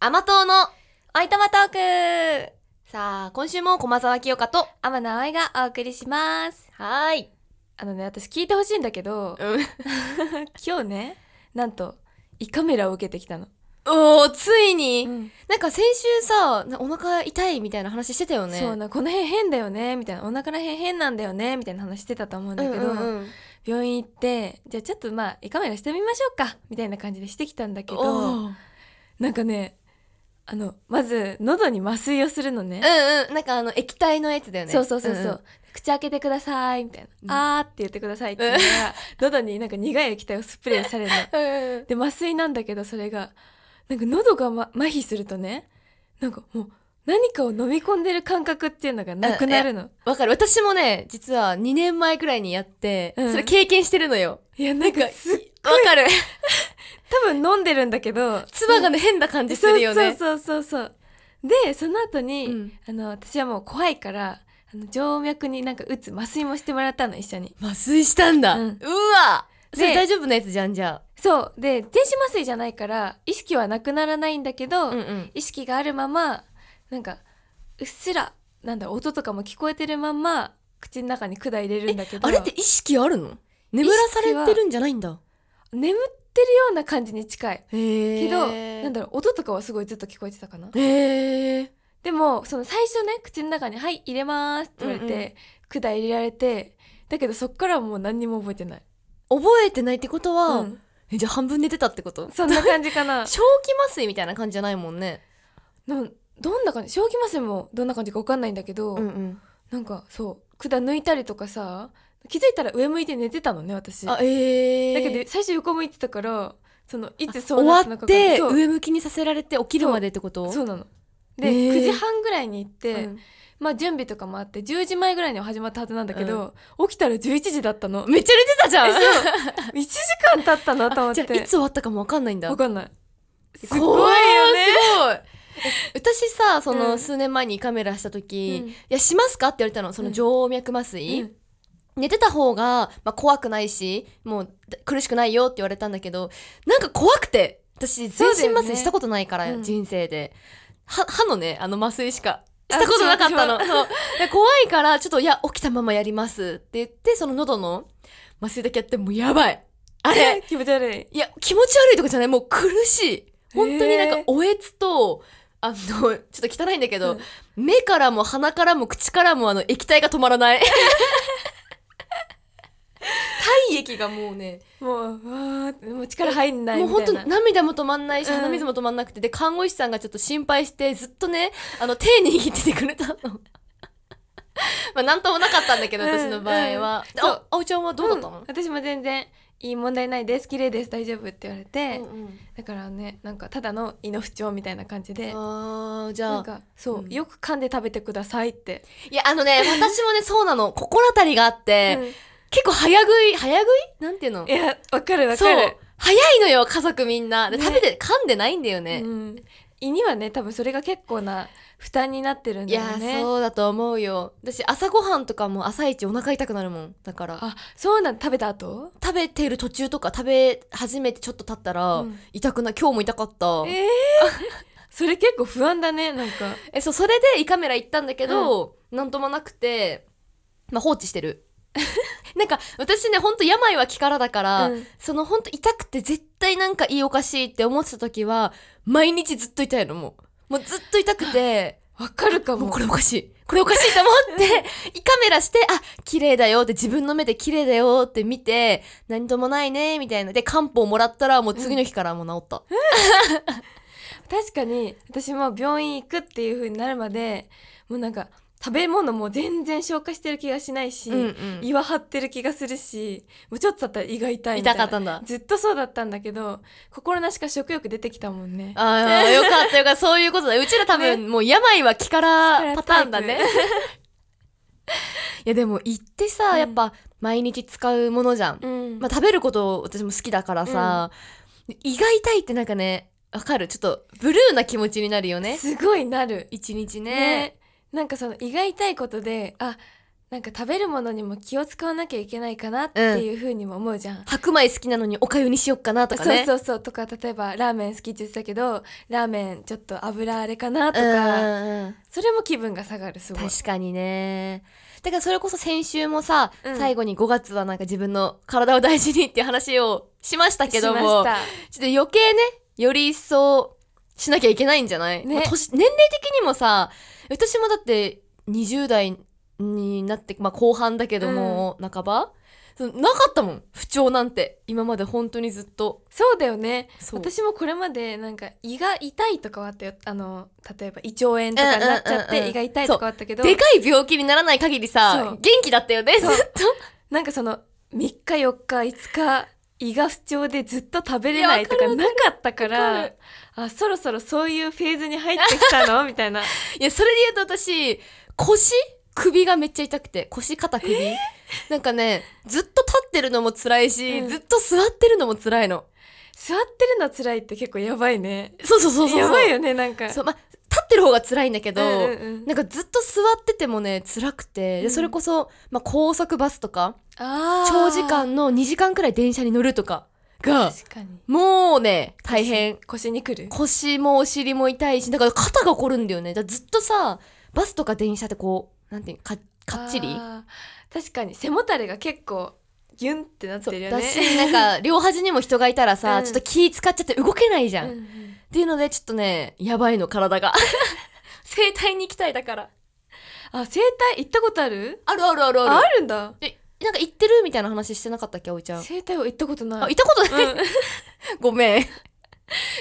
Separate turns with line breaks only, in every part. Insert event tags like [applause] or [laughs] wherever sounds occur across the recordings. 甘党の
おいとまトーク
さあ今週も駒沢清香と
天野葵がお送りします。
はーい
あのね、私聞いてほしいんだけど、
うん
[laughs] 今日ね、なんと、胃カメラを受けてきたの。
おーついに、
ん、
なんか先週さなお腹痛いみたいな話してたよね
そうな、この辺変だよね、みたいな、お腹ら辺変なんだよね、みたいな話してたと思うんだ
だ
け
けど、
ど、
うんうんうん、
病院行って、じゃあちょっとまあ、胃カメラしてみましょうか、みたいな感じでしてきたんだけど、
おー
なんかね、あの、まず、喉に麻酔をするのね。
うんうんなんかあの液体のやつだよね
そうそうそうそう、
んん
口開けてくださいみたい
うん
な、あーって言ってくださいって言った
[laughs]
ら、喉になんか苦い液体をスプレーされるの
うんうん
で麻酔なんだけどそれがなんか喉が、ま、麻痺するとねなんかもう何かを飲み込んでる感覚っていうのがなくなるの。
わかる私もね実は2年前くらいにやって、
うん
それ経験してるのよ
いやなんかすっ
わかる
多分飲んでるんだけど
唾がね変な感じするよね
そうそうそうそうそうでその後に、
うん
あの私はもう怖いからあの静脈になんか打つ麻酔もしてもらったの一緒に
麻酔したんだ、
う
うんわそれ
で
大丈夫なやつじゃんじゃ
そうで全身麻酔じゃないから意識はなくならないんだけ
あ
ど、
ん
意識があるままなんかうっすらなんだ音とかも聞こえてるまま口の中に管入れるんだけど
あれって意識あるの眠らされてるんじゃないんだ
眠ってるような感じに近い
へえ
けど、なんだ
ろ
ろう音とかはすごいずっと聞こえてたかな
うへえ
でもその最初ね口の中に「はい入れます」って言われ
うん
て、管入れられてだけどそっからはもう何にも覚えてない、
覚えてないってことは、
うん
えじゃあ半分寝てたってこと
そんな感じかな [laughs]
正気麻酔みたいな感じじゃないもんね
どどんな感じ正気麻酔もどんな感じか分かんないんだけど、
ん
なんかそう管抜いたりとかさ気づいたら上向いて寝てたのね私
あええ
だけど最初横向いてたからそのいつそう
終
な
わ
ったの
っ
かが
て
そう
上向きにさせられて起きるまでってこと
そうなので、
へー
9時半ぐらいに行って、
うん
まあ準備とかもあって10時前ぐらいには始まったはずなんだけど、起きたら11時だったの
めっちゃ寝て [laughs] たじゃん
1時間経ったなと思っ
じ
て
ゃあいつ終わったかもわかんないんだ
わかんないす
す
ごいよね
ごいえ私さそうの
ん
数年前に胃カメラした時「
うん
いやしますか?」って言われたのその
うん
静脈麻酔、寝てた方が、まあ、怖くないしもうだ苦しくないよって言われたんだけどなんか怖くて私
そう
全
だよ
身
ね
麻酔したことないから、
うん
人生では歯のねあの麻酔しか
あ
したことなかったの
しまし
そうで怖いからちょっといや起きたままやりますって言ってその喉の麻酔だけやってもうやばいあれ
気持ち悪い
いや、気持ち悪いとかじゃない、もう苦しい。本当になん
へ
か
ー、
おえつと、あの、ちょっと汚いんだけど、
うん
目からも鼻からも口からもあの、液体が止まら
[laughs]
ない。体液がもうね、
もううわーってもう力入んない
もう
みた
本
い
当
な
涙も止まんないし、
うん
鼻水も止まんなくて、で、看護師さんがちょっと心配して、ずっとね、あの、手握っててくれたの。 [laughs] まあ、なんともなかったんだけど、
うん
私の場合は。
うんそう
あ、あおちゃんはどうだった
ん
の、
私も全然いい問題ないです綺麗です大丈夫って言われて、
うんうん
だからねなんかただの胃の不調みたいな感じで
あーじゃ
な
あ
ん、かそう、
うん
よく噛んで食べてくださいって、
いや、あのね、私もね、そうなの。心当たりがあって、結構早食い、早食いなんていうの
いやわかるわ
そ
か
う
る。
早いのよ、家族みんな。で
ね
食べて、噛んでないんだよね。
うん、胃にはね多分それが結構な負担になってるん
い
だよ
や、
ね
そうだと思うよ。私、朝ごはんとかも朝一お腹痛くなるもん。だから、
あそうなん食べた後
食べてる途中とか、食べ始めてちょっと経ったら、
うん
痛くない。今日も痛かった。
えー、 [laughs] それ結構不安だねなんか
え、そう、それで胃カメラ行ったんだけど、なんともなくて、まあ、放置してる。 [laughs] なんか、私ね、ほんと病は気からだから、
うん
そのほんと痛くて絶対なんか胃おかしいって思ってた時は、毎日ずっと痛いの、もう。もうずっと痛くて、
わかるかも
もうこれおかしい。これおかしいと思って、 [laughs] 胃カメラして、あ、綺麗だよって自分の目で綺麗だよって見て、何ともないね、みたいな。で、漢方もらったら、もう次の日からもう治った。
確かに私も病院行くっていう風になるまでもうなんか食べ物も全然消化してる気がしないし、
うん
胃は張ってる気がするしもうちょっとだったら胃が痛いみた
痛
いな
かったんだ。
ずっとそうだったんだけど心なしか食欲出てきたもんね
ああ、よかった [laughs] よかった。そういうことだ。うちら多分、もう病は気からパターンだね。 [laughs] いや、でも、行って
う
さ、
ん
やっぱ、毎日使うものじゃん。
うん
まあ、食べること、私も好きだからさ、胃が痛いってなんかね、わかるちょっと、ブルーな気持ちになるよね。
すごいなる
一日ね。
ねなんかその胃が痛いことであなんか食べるものにも気を使わなきゃいけないかなっていうふうにも思うじゃん、
白米好きなのにおかゆにしよっかなとかね。
そううそうそうとか例えばラーメン好きって言ってたけどラーメンちょっと油あれかなと
ん
か、
うんうん
それも気分が下がるすごい
確かにね。だからそれこそ先週もさ、
うん
最後に5月はなんか自分の体を大事にっていう話をしましたけど
し
も、
ま
ちょっと余計ね、より一層しなきゃいけないんじゃない、
ね
まあ年年齢的にもさ、私もだって20代になって、まあ後半だけども、半ばそのなかったもん、不調なんて。今まで本当にずっと。
そうだよね
そう
私もこれまでなんか胃が痛いとかはあったよあの例えば胃腸炎とかになっちゃ
う
っ
んうんうんうん
て胃が痛いとかはあったけど
でかい病気にならない限り
そ
さ
う、
元気だったよね、ずっ
そう
と。
なんかその3日4日5日胃が不調でずっと食べれないと
いや
か
わか
なかったか
わからる
あそろそろそういうフェーズに入ってきたのみたいない
や、それで言うと私、腰首がめっちゃ痛くて、腰肩首、なんかね、ずっと立ってるのも辛いし、
うん
ずっと座ってるのも辛いの。
座ってるの辛いって結構やばいね
そうそうそうそうそう。
やばいよねなんか
そう、ま、立ってる方が辛いんだけど、
うんうんうん
なんかずっと座っててもね、辛くて、
う
で
ん
それこそ、まあ、高速バスとか、
あー
長時間の2時間くらい電車に乗るとかが、
確かに
もうね、大変。
腰にくる
腰もお尻も痛いし、だから肩が凝るんだよね。だからずっとさ、バスとか電車ってこう、なんていうのか、かっちり
あー確かに背もたれが結構ギュンってなってるよね
だし、なん
[laughs]
か、両端にも人がいたらさ、
うん
ちょっと気使っちゃって動けないじゃん。
う
っ
んうん
ていうので、ちょっとね、やばいの、体が。整体に行きたいだから。
あ整体行った [laughs] ことある
あるあるある
あ
ある。
あるんだ
え、なんか行ってるみたいな話してなかったっけ、葵ちゃん。
整体は行ったこと
あ、
な
行
い
ったことない。
うん
ごめん。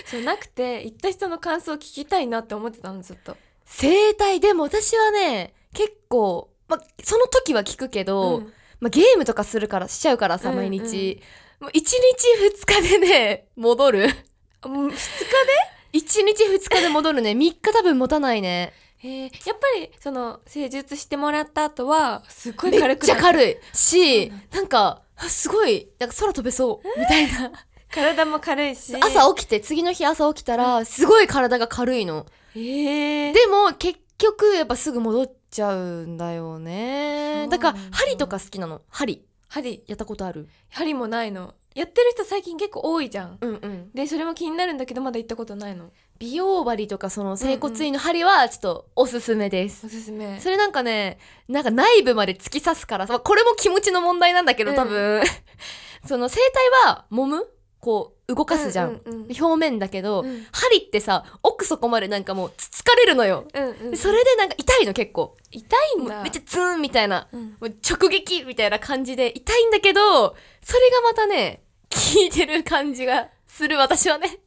そうなくて行った人の感想を聞きたいなって思ってたのずっと
整体、でも私はね、結構、ま、その時は聞くけど、
うん
ま、ゲームとかするから、しちゃうからさ、毎
うんうん
日。もう1日2日でね、 [laughs] 戻る。
あもう2日
[laughs] 1日2日で戻るね。3日多分持たないね。
で、えーやっぱりその施術してもらった後はすっごい
め
軽
っ
く
ち
な
ゃ
る
軽いし
そうなん、
なんか、あすごい、なんか空飛べそう、みたいな。
体も軽いし
朝起きて、次の日朝起きたら、すごい体が軽いの。
えー、
でも、結局、やっぱすぐ戻っちゃうんだよね。
そう
だ
なん
か
だ
ら、針とか好きなの。針。
針
やったことある
針もないのやってる人最近結構多いじゃん
うんうん。
でそれも気になるんだけどまだ行ったことないの
美容針とか、その、整骨院の針は、ちょっと、おすすめです。
おすすめ
それなんかね、なんか内部まで突き刺すから、まあこれも気持ちの問題なんだけど、多分、 [laughs] その、整体は、揉むこう、動かすじゃん。
うんうんうん
表面だけど、
うん
針ってさ奥底までなんかもうつつかれるのよ、
うんうん、
それでなんか痛いの結構
痛いん
も
だ
うめっちゃツーンみたいな
うん
もう直撃みたいな感じで痛いんだけどそれがまたね効いてる感じがする私はね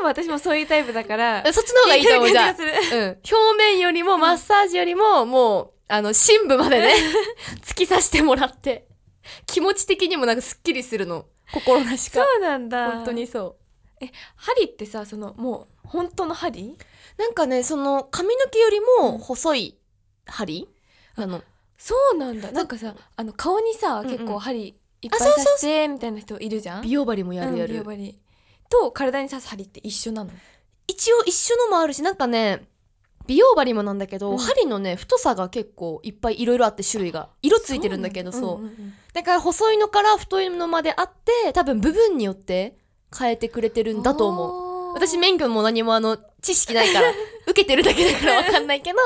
多分私もそういうタイプだから
そっちの方がいいと思うじゃん、う
効いてる
ん、表面よりもマッサージよりももうあの深部ま [laughs] でね突き刺してもらって気持ち的にもなんかすっきりするの心なし
そ
か
うなんだ
本当にそう
針ってさそのもう本当の針
なんかね、その髪の毛よりも細い針、なの。
そうなんだなんかさあの顔にさ
うんうん
結構針いっ
あ
ぱい
そうそう
刺
そう
してみたいな人いるじゃん
美容針もやるや
うん美
る。
容針と体に刺す針って一緒なの
一応一緒のもあるし、なんかね、美容針もなんだけど、
うん
針のね、太さが結構いっぱいいろいろあって種類が。色ついてるんだけど、そうだ
うんうんうん
から細いのから太いのまであって、多分部分によって変えてくれてるんだと思う。
思
私免許も何もあの、知識ない
[laughs]
から、受けてるだけだからわかんないけど、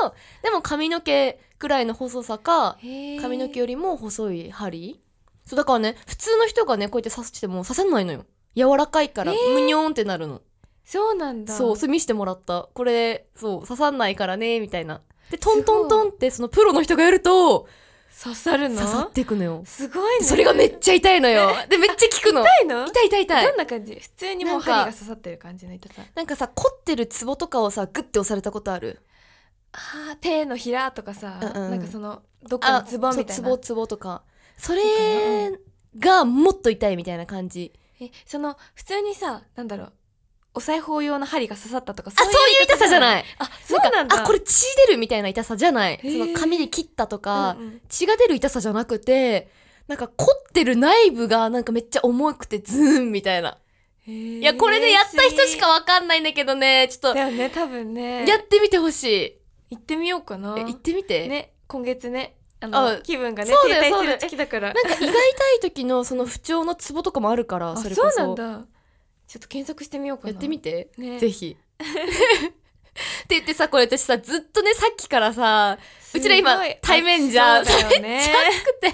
でも髪の毛くらいの細さか、髪の毛よりも細い針そうだからね普通の人がねこうやって刺しても刺さないのよ柔らかいから
へ
むにょーんってなるの、
そうなんだ
そうそれ見してもらったこれそう刺さんないからねみたいなでトントントンってそのプロの人がやると
刺さる
刺さ
の
っていくのよ
すごい
で
ね
それがめっちゃ痛いの [laughs] よでめっちゃ効くの
痛いの
痛い痛い痛い
どんな感じ普通にもう針が刺さってる感じの痛さ
なんかさ凝ってるツボとかをさグッて押されたことある
あー手のひらとかさ、
うんうん
なんかそのどっかのツボみたい
ツ
な
ボツボとかそれがもっと痛いみたいな感じ
えその普通にさなんだろうお裁縫用の針が刺さったとか
あそういう痛さじゃない
あそうなん
あ
だ
これ血出るみたいな痛さじゃないそ
へー
の髪で切ったとか、
うんうん
血が出る痛さじゃなくてなんか凝ってる内部がなんかめっちゃ重くてズーンみたいな、いやこれねやった人しかわかんないんだけどねちょっと
だよね多分ね
やってみてほしい、
行ってみようかな
え行ってみて、
ね今月ねあの
あ
気分がね
そう
停
だよ
滞する時だから
なんか胃が痛い時のその不調のツボとかもあるから
あ
それ
そ
こ
う
そ
なんだちょっと検索してみようかな
やってみて、
ね
ぜひって言ってさこれ私さずっとねさっきからさ
すごいう
ちら今対面じゃん
そうだよね
熱くて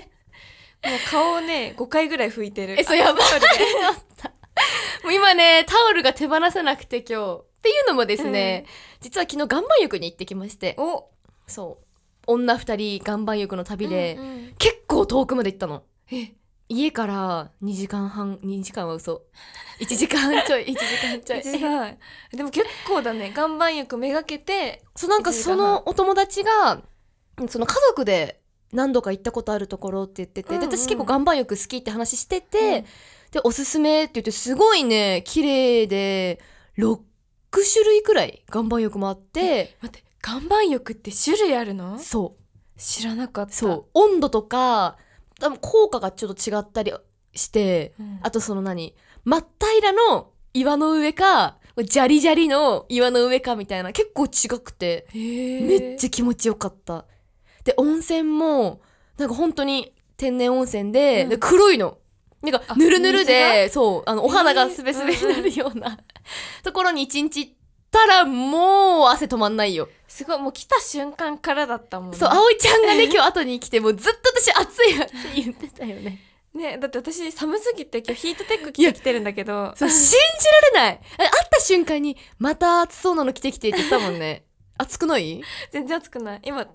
もう顔をね5回ぐらい拭いてる
えそうやばい [laughs] もう今ねタオルが手放せなくて今日っていうのもですね、実は昨日岩盤浴に行ってきまして
お
そう女二人岩盤浴の旅で、
うんうん
結構遠くまで行ったの
え
家から2時間半2時間は嘘1時間ちょい1時間ちょい
一時間半でも結構だね岩盤浴めがけて
そうなんかそのお友達がその家族で何度か行ったことあるところって言ってて、
うんうん
で私結構岩盤浴好きって話してて、でおすすめって言ってすごいね綺麗で6種類くらい岩盤浴もあって
待って岩盤浴って種類あるの
そ
知らなかっ
う
た
そう温度とか多分効果がちょっと違ったりして
うん、
あとその何真っ平らの岩の上かジャリジャリの岩の上かみたいな結構違くて。めっち
ゃ
ゃ気持ちよかった。で、温泉も、なんか本当に天然温泉で、
うん
で黒いの。なんか
あ、
ぬるぬる
水
で、そう、あの、お肌がすべすべになるような、ところに一日行ったら、もう汗止まんないよ。
すごいもう来た瞬間からだったもんね
そう、葵ちゃんがね、今日後に来て、もうずっと私暑い暑い言
[laughs]
ってたよね。
ねだって私寒すぎて今日ヒートテック着てきてるんだけど
そう、信じられない。あ会った瞬間に、また暑そうなの着てきてって言ったもんね。暑くない
全然暑くない今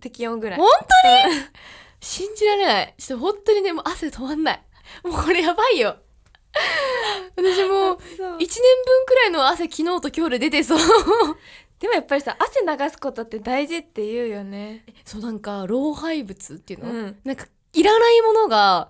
適温ぐらい
本当に信じられない。ちょっと本当にね、もう汗止まんない。もうこれやばいよ。私もう、
そう
1年分くらいの汗昨日と今日で出てそう。
でもやっぱりさ汗流すことって大事って言うよね
そうなんか、老廃物っていうの、
うん
なんか、いらないものが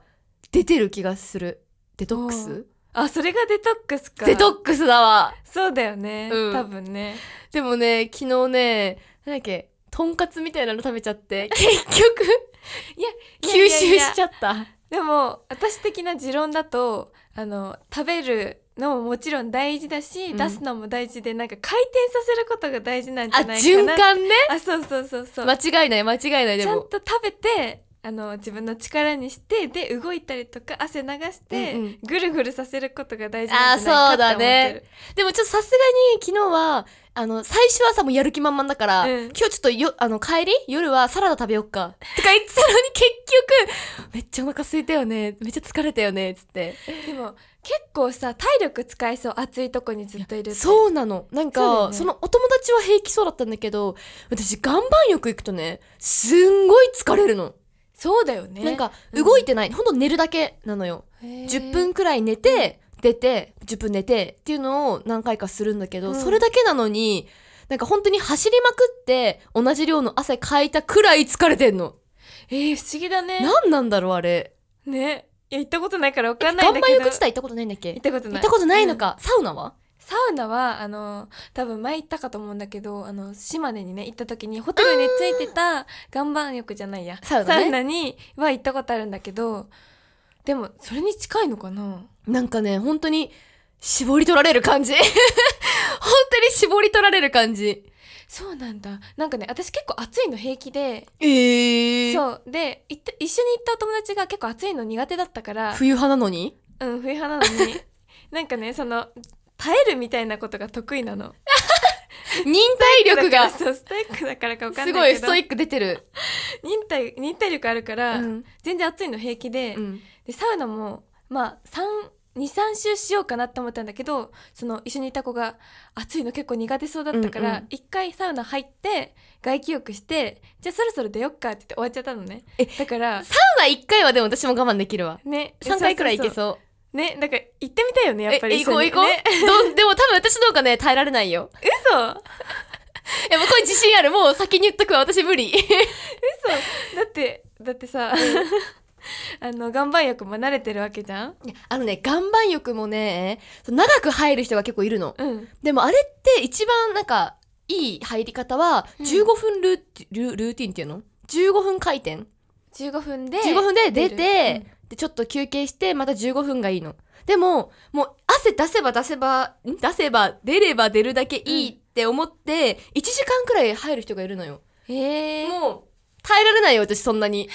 出てる気がする。デトック
お
ス
あそれがデトックスか
デトックスだわ。
そうだよね、
うん
多分ね
でもね、昨日ね、なんだっけ、とんかつみたいなの食べちゃ
[laughs]
って、結局、
いや
吸収
いやいやいや
しちゃった。
でも私的な持論だとあの食べるのももちろん大事だし、
うん
出すのも大事でなんか回転させることが大事なんじ
あ、
ゃないか
循
な
環ね。
あそうそうそうそう、
間違いない、間違いない、で
ちゃん
も。
と食べてあの自分の力にしてで動いたりとか汗流して、
うんうん
ぐるぐるさせることが大事なんじゃないかって思ってる
でもちょっとさすがに昨日は、あの、最初はさ、もうやる気満々だから、
うん
今日ちょっとよ、あの、帰り夜はサラダ食べよっ [laughs] か。とか言ってたのに結局、めっちゃお腹空いたよね。めっちゃ疲れたよね。つって。
でも結構さ体力使いそう暑いとこにずっといると
そうなの。なん
そう
か、
だよね
そのお友達は平気そうだったんだけど、私岩盤浴行くとね、すんごい疲れるの。
そうだよね
なんか、
うん
動いてない。ほんと寝るだけなのよ。10
10
分くらい寝て、出て、10分寝てっていうのを何回かするんだけど、
うん
それだけなのに、なんか本当に走りまくって、同じ量の汗かいたくらい疲れてんの。
えー、不思議だね
何なんだろう、あれ。
ねいや行ったことないから分かんない
岩
んだ
盤
けど
浴自体行ったことないんだっ
行
け
ったこと
行
ない
ったことないのか。サウナは
サウナはあの多分前行ったかと思うんだけどあの島根にね行った時にホテルについてた岩盤浴じゃないや
サウナね
には行ったことあるんだけどでもそれに近いのかな
なんかね、本当に、絞り取られる感じ。本 [laughs] 当に絞り取られる感じ。
そうなんだなんかね私結構暑いの平気で、
ええー。
そうで行った一緒に行ったお友達が結構暑いの苦手だったから
冬派なのに
うん冬派な
[laughs]
のになんかねその耐えるみたいなことが得意なの
忍耐力が、
だからそうストイックだからか分かん
す
な
ご
い
い
け
ス
ど
トイック出てる。
忍耐忍耐力あるから、全然暑いの平気で,、
うん
でサウナもまあ23周しようかなって思ったんだけどその一緒にいた子が暑いの結構苦手そうだったか
うんう
ら
ん
一、回サウナ入って外気浴してじゃあそろそろ出よっかって言って終わっちゃったのね
え
だから
サウナ1回はでも私も我慢できるわ。
ね
3回くらいいけ
う
そう。
うねだから行ってみたいよねやっぱり
え行こう
一
行
緒
こう、
にね
[laughs] どうでも多分私の方がね耐えられないよ
嘘
いやもうこれ自信あるもう先に言っとくわ私無理
嘘だってだってさ [laughs] あの岩盤浴も慣れてるわけじゃん
[laughs] あのね岩盤浴もね長く入る人が結構いるの
うん
でもあれって一番なんかいい入り方は
うん
15分ルー,、ルルーティンっていうの15分回転
15分で
15分で出て
出る
でちょっと休憩してまた15分がいいのでももう汗出せば出せばん出せば出れば出るだけいいって思って1時間くらい入る人がいるのよ
うん、えー、
もう耐えられないよ私そんな
[laughs]
に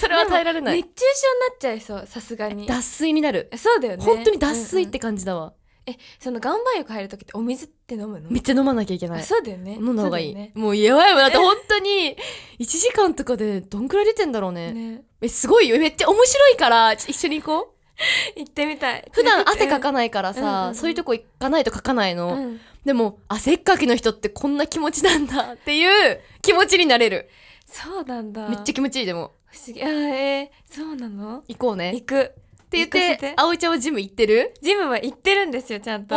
それは耐えられない
熱中症になっちゃいそうさすがに
脱水になる
そうだよね
本当に脱水っ
うん
て感じだわ、
うんえその岩盤浴入る時ってお水って飲むの
めっちゃ飲まなきゃいけな
あ
い
そうだよね
飲んだ方がいい、
そうだよ
もうやばいわだって本当に1時間とかでどんくらい出てんだろうね
ねね
えすごいよめっちゃ面白いからち一緒に
[laughs]
行こう
行ってみたい
普段汗か
か
かないから
うんうん
さ、
うん
そういうとこ行かないとかかないの、
うん
でも汗っかきの人ってこんな気持ちなんだっていう気持ちになれる
そうなんだ
めっちゃ気持ちいいでも
不思議あーえー、そうなの
行こうねっ
行くって
言っ
行かせ
て葵ちゃんはジム行ってる
ジムは行ってるんですよちゃんと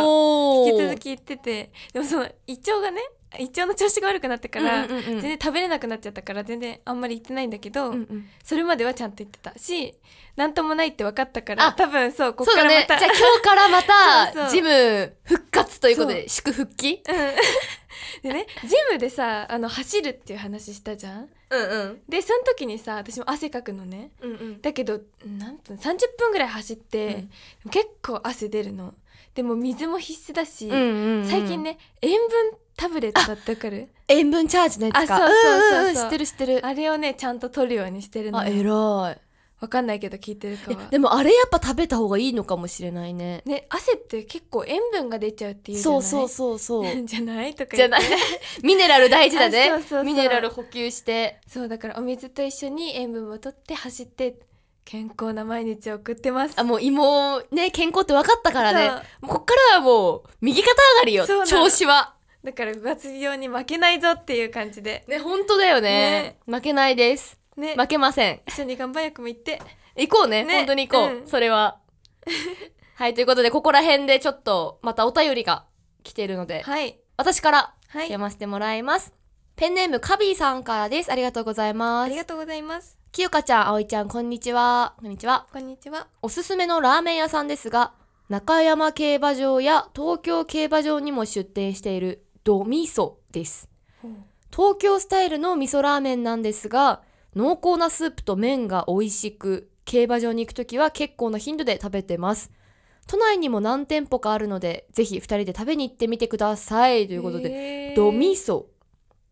お
引き続き行っててでもその胃腸がね胃腸の調子が悪くなってから、
うんうんうん
全然食べれなくなっちゃったから全然あんまり行ってないんだけ
う
ど、
んうん
それまではちゃんと行ってたし何ともないって分かったから
あ
多分そうこっ
そう
か
だ
らま
ねじゃ
た
あ今日からま
[laughs] そうそ
た
う
ジム復活ということで祝復帰
うんでねジムでさあの走るっていう話したじゃん
うんうん
でその時にさ私も汗かくのね
うんうん
だけど何分30分ぐらい走って、結構汗出るのでも水も必須だし、
うんうんうん
最近ね塩分タブレットだったから
塩分チャージのやつか
あそうそうそうそうん
んん知ってる知ってる
あれをねちゃんと取るようにしてるの
あ偉い
わかんないけど聞いてるか
え
は
でもあれやっぱ食べた方がいいのかもしれないね
ね汗って結構塩分が出ちゃうっていうじゃ
そ
ないう
そうそうそう
[laughs] じゃないと
じ
か言
ゃ
って
ないミネラル大事だね
あそうそうそう
ミネラル補給して
そうだからお水と一緒に塩分を取って走って健康な毎日を送ってます
あもう芋をね健康って分かったからね
そう
もうこっからはもう右肩上がりよ
そうなの
調子は
だから5月病に負けないぞっていう感じで
ね本当だよね負けないです
ね
負けません
一緒に岩盤浴も行って
行こうね
ね
本当に行こう、
うん
それは
[laughs]
はいということでここら辺でちょっとまたお便りが来ているので
はい
私から
は
読
い
ませてもらいます、ペンネームカビーさんからですありがとうござい
あ
ま
りが
す
とうございます
きよかちゃんあおいちゃんこんにちはこんにちは
こんにちは
おすすめのラーメン屋さんですが中山競馬場や東京競馬場にも出店しているドミソです東京スタイルの味噌ラーメンなんですが濃厚なスープと麺が美味しく競馬場に行くときは結構な頻度で食べてます都内にも何店舗かあるのでぜひ2人で食べに行ってみてくださいと
と
いうことで、
で
ドミソ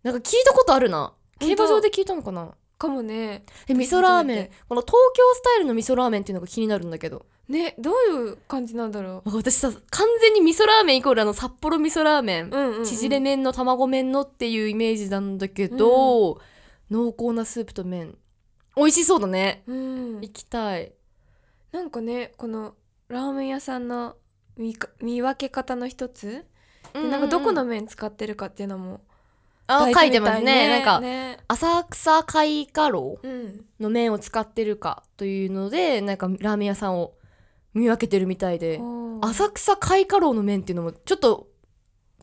なんか聞いたことあるな競
本当
馬場で聞いたのかな
かもね
え味噌ラーメ
初め
ンこの東京スタイルの味噌ラーメンっていうのが気になるんだけど
ねどういう感じなんだろ
なんか私さ完全に味噌ラーメンイコールあの札幌味噌ラーメン、
ううんうんうん
縮れ麺の卵麺のっていうイメージなんだけど、濃厚なスープと麺美味しそうだね、
うん
行きたい
なんかねこのラーメン屋さんの見か見分け方の一つ、でなんかどこの麺使ってるかっていうのも
あ
大事
書いてます
み
ね
た
なんか、
ね
浅草貝家楼
うん、
の麺を使ってるかというのでなんかラーメン屋さんを見分けてるみたいで
おー
浅草貝家楼の麺っていうのもちょっと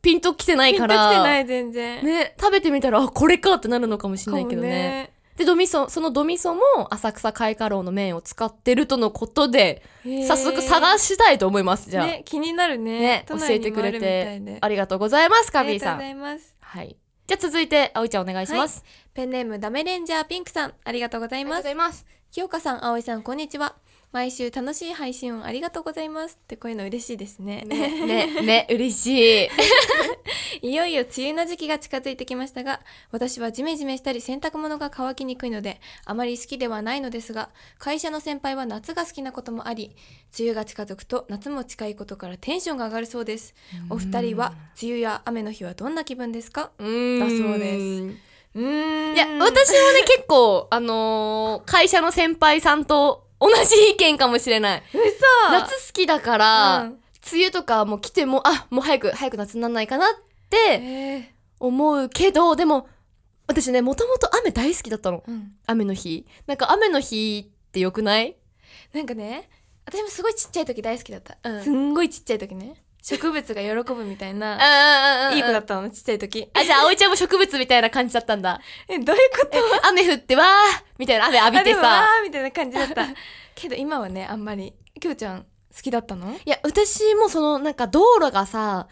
ピンときてない
ピン
か
ときて
ら
ない全然、
ね、食べてみたらあこれかってなるのかもしれないけど
かも
ねでドミソそのドミソも浅草開花楼の麺を使ってるとのことで早速探
し
したいと思いますじゃあ、
ね気になるね
ね
都内にもあるみたいで
ありがとうございますカ
あ
ビー
りがとう
さ
ござ
ん
います
はいじゃあ続いて葵ちゃんお願いします、
ペンネームダメレンジャーピンクさんありがとうございます
います
清香さん葵さんこんにちは毎週楽しい配信をありがとうございますってこういうの嬉しいですね [laughs]
ねねね嬉しい
いよいよ梅雨の時期が近づいてきましたが、私はジメジメしたり洗濯物が乾きにくいので、あまり好きではないのですが、会社の先輩は夏が好きなこともあり、梅雨が近づくと夏も近いことからテンションが上がるそうです。 [laughs] お二人は梅雨や雨の日はどんな気分ですか
うーん
だそうですうーん
いや私もね結構あのー会社の先輩さんと同じ意見かもしれ
[laughs]
ない
嘘
夏好きだから、
うん
梅雨とかもう来てもあもう早く早く夏にならないかなって
えー
思うけどでも私ねもともと雨大好きだったの
うん
雨の日なんか雨の日ってよくない
なんかね、私もすごいちっちゃい時大好きだった。
うん
すんごいちっちゃい時ね。植物が喜ぶみたいな、
あ
いい子だ
あ
ったの、ちっちゃい時。
じゃあ葵ちゃんも植物みたいな感じだったんだ
え、どういうこと
[laughs] 雨降ってわーみたいな雨浴びて
あでもわ
さ
ーみたいな感じだった
[laughs]
けど今はねあんまりきょうちゃん好きだったの
いや私もそのなんか道路がさ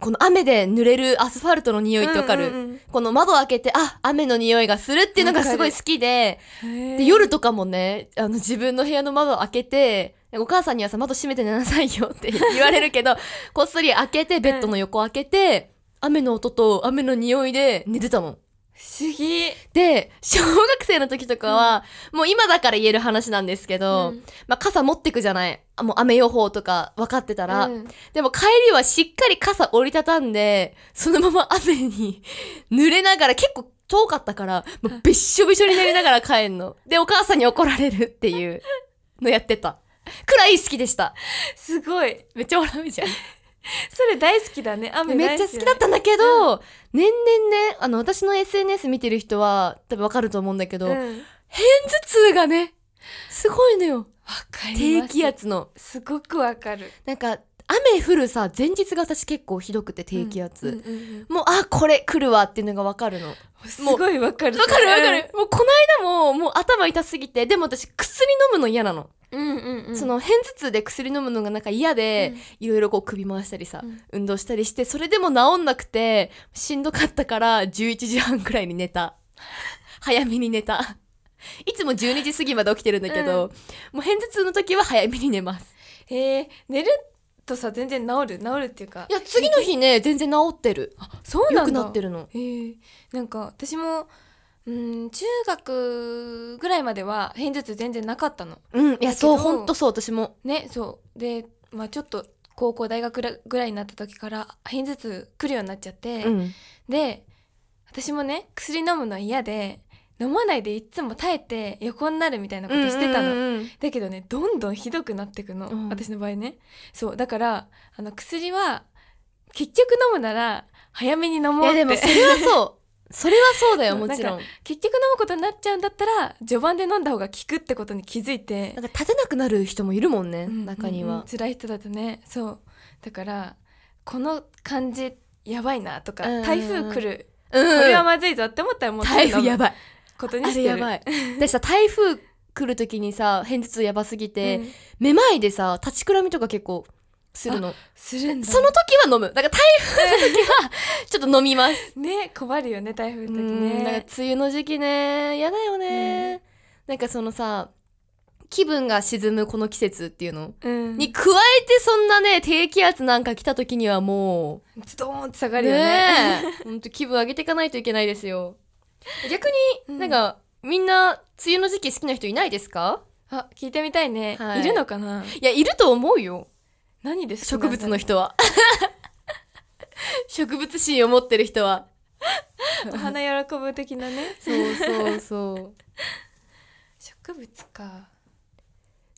この雨で濡れるアスファルトの匂いってわかる、
うんうん
この窓開けてあ雨の匂いがするっていうのがすごい好きで
うんへー
で夜とかもねあの自分の部屋の窓を開けてお母さんにはさ窓閉めて寝なさいよって [laughs] 言われるけどこっそり開けてベッドの横開けて、雨の音と雨の匂いで寝てたもん
不思議。
で、小学生の時とかは、もう今だから言える話なんですけど、
うん
まあ傘持ってくじゃない。あもう雨予報とか分かってたら、
うん
でも帰りはしっかり傘折りたたんで、そのまま雨に [laughs] 濡れながら、結構遠かったから、もうびっしょびしょになりながら帰んの。で、お母さんに怒られるっていうのやってた。くらい好きでした。
すごい。
めっちゃ笑うじゃん。
それ大好きだね。
[laughs]
雨
めっ
大
ちゃ
好
好
き
きだったんだけど、年々ね、あの、私の SNS 見てる人は多分わかると思うんだけど、
うん
片
わ
頭痛がね、すごいのよ。
かり
低
ます。
気。圧の。
すごくわかる。
なんか、雨降るさ、前日が私結構ひどくて低気圧。
うんうんうん
もう、あ、これ来るわっていうのがわかるの。わ
すごいわかる。
かるわかる。もうこの間も、もう頭痛すぎて、でも私薬飲むの嫌なの。
うん。うんうんうん。
その、片頭痛で薬飲むのがなんか嫌で、いろいろこう首回したりさ、
うん
運動したりして、それでも治んなくて、しんどかったから11時半くらいに寝た。早めに寝た。いつも12時過ぎまで起きてるんだけど、もう片頭痛の時は早めに寝ます。
うん。へえ、寝るとさ、全然治る。治るっていうか。
いや、次の日ね、全然治ってる。
そう
良
な
く
んだ。
なってるの。
へえなんか私もうん中学ぐらいまでは偏頭痛全然なかったの
うん、いや、そう、
だけど
ほんとそう、私も。
ねそうでまあちょっと高校大学ぐらいになった時から偏頭痛来るようになっちゃって、
うん。
で私もね薬飲むのは嫌で飲まないでいっつも耐えて横になるみたいなことしてたの、
うんうんうん
だけどねどんどんひどくなってくの、
うん
私の場合ねそうだからあの薬は結局飲むなら早めに飲も
いうや、で
って
もそれは [laughs] そう。それはそうだよ、
そう
もちろん。
結局飲むことになっちゃうんだったら序盤で飲んだ方が効くってことに気づいて
なんか立てなくなる人もいるもんね、
うん
中に
うんう
は
ん。辛い人だとねそうだからこの感じやばいなとか
うんうんうん
台風来る
うん。
これはまずいぞって思ったらもうすぐ
台風
飲
や
む
ばい。
ことに
あ
して
れ
る
やばい。私さ、台風来る時にさ、片頭痛やばすぎて、
うん
めまいでさ、立ちくらみとか結構するの。
するんだ
その時は飲む。だから台風の時は、ちょっと飲みます。
ね困るよね台風
う
の時
ん、なん
ね
か梅雨の時期ね、嫌だよね、なんかそのさ、気分が沈むこの季節っていうの、
うん
に加えてそんなね、低気圧なんか来た時にはも
ズドーンって下
う、
がるよ
[laughs]
ね
え、ほんと気分上げていかないといけないですよ。逆
う
になんか、みんな、梅雨の時期好きな人いないですか
あ聞いてみたいね
はい
いるのかない
や、いると思うよ。
何ですか
植物の人は。 [laughs] 植物心を持ってる人は。
お花喜ぶ的なね
そうそうそう。
植物か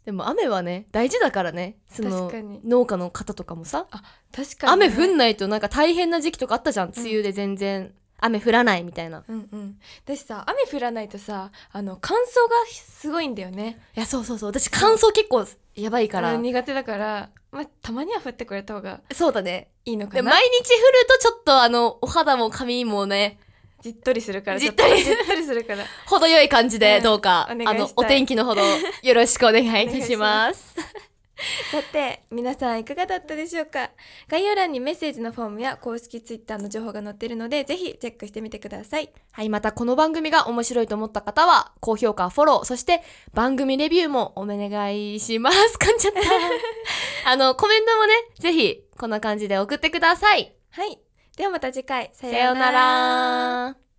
でも雨はね、大事だからね。その
確かに
農家の方とかもさ。
確かにね
雨降んないとなんか大変な時期とかあったじゃん。梅雨で全然雨降らないみたいな。い
うんうん、私さ雨降らないとさあの乾燥がすごいんだよね
や、そうそうそう。私乾燥結構やばいから
あ。の苦手だから、まあ、たまには降ってくれた方が
そうだね。
いいの
で
かな
毎日降るとちょっとあの、お肌も髪もね、
じっとりするから
じっとり
ちょっとじっとりするから
程よい感じ
う
で
ん
どうか、
お願いした
あ
い
の、お天気のほどよろしくお願いいたします。
[laughs] さて皆さんいかがだったでしょうか概要欄にメッセージのフォームや公式ツイッターの情報が載ってるのでぜひチェックしてみてください
[laughs] はい、またこの番組が面白いと思った方は、高評価、フォロー、そして番組レビューもお願いします。噛んじゃ [laughs] った。あの、コメントもね、ぜひ、こんな感じで送ってください。
はいではまた次回さ
さようなら。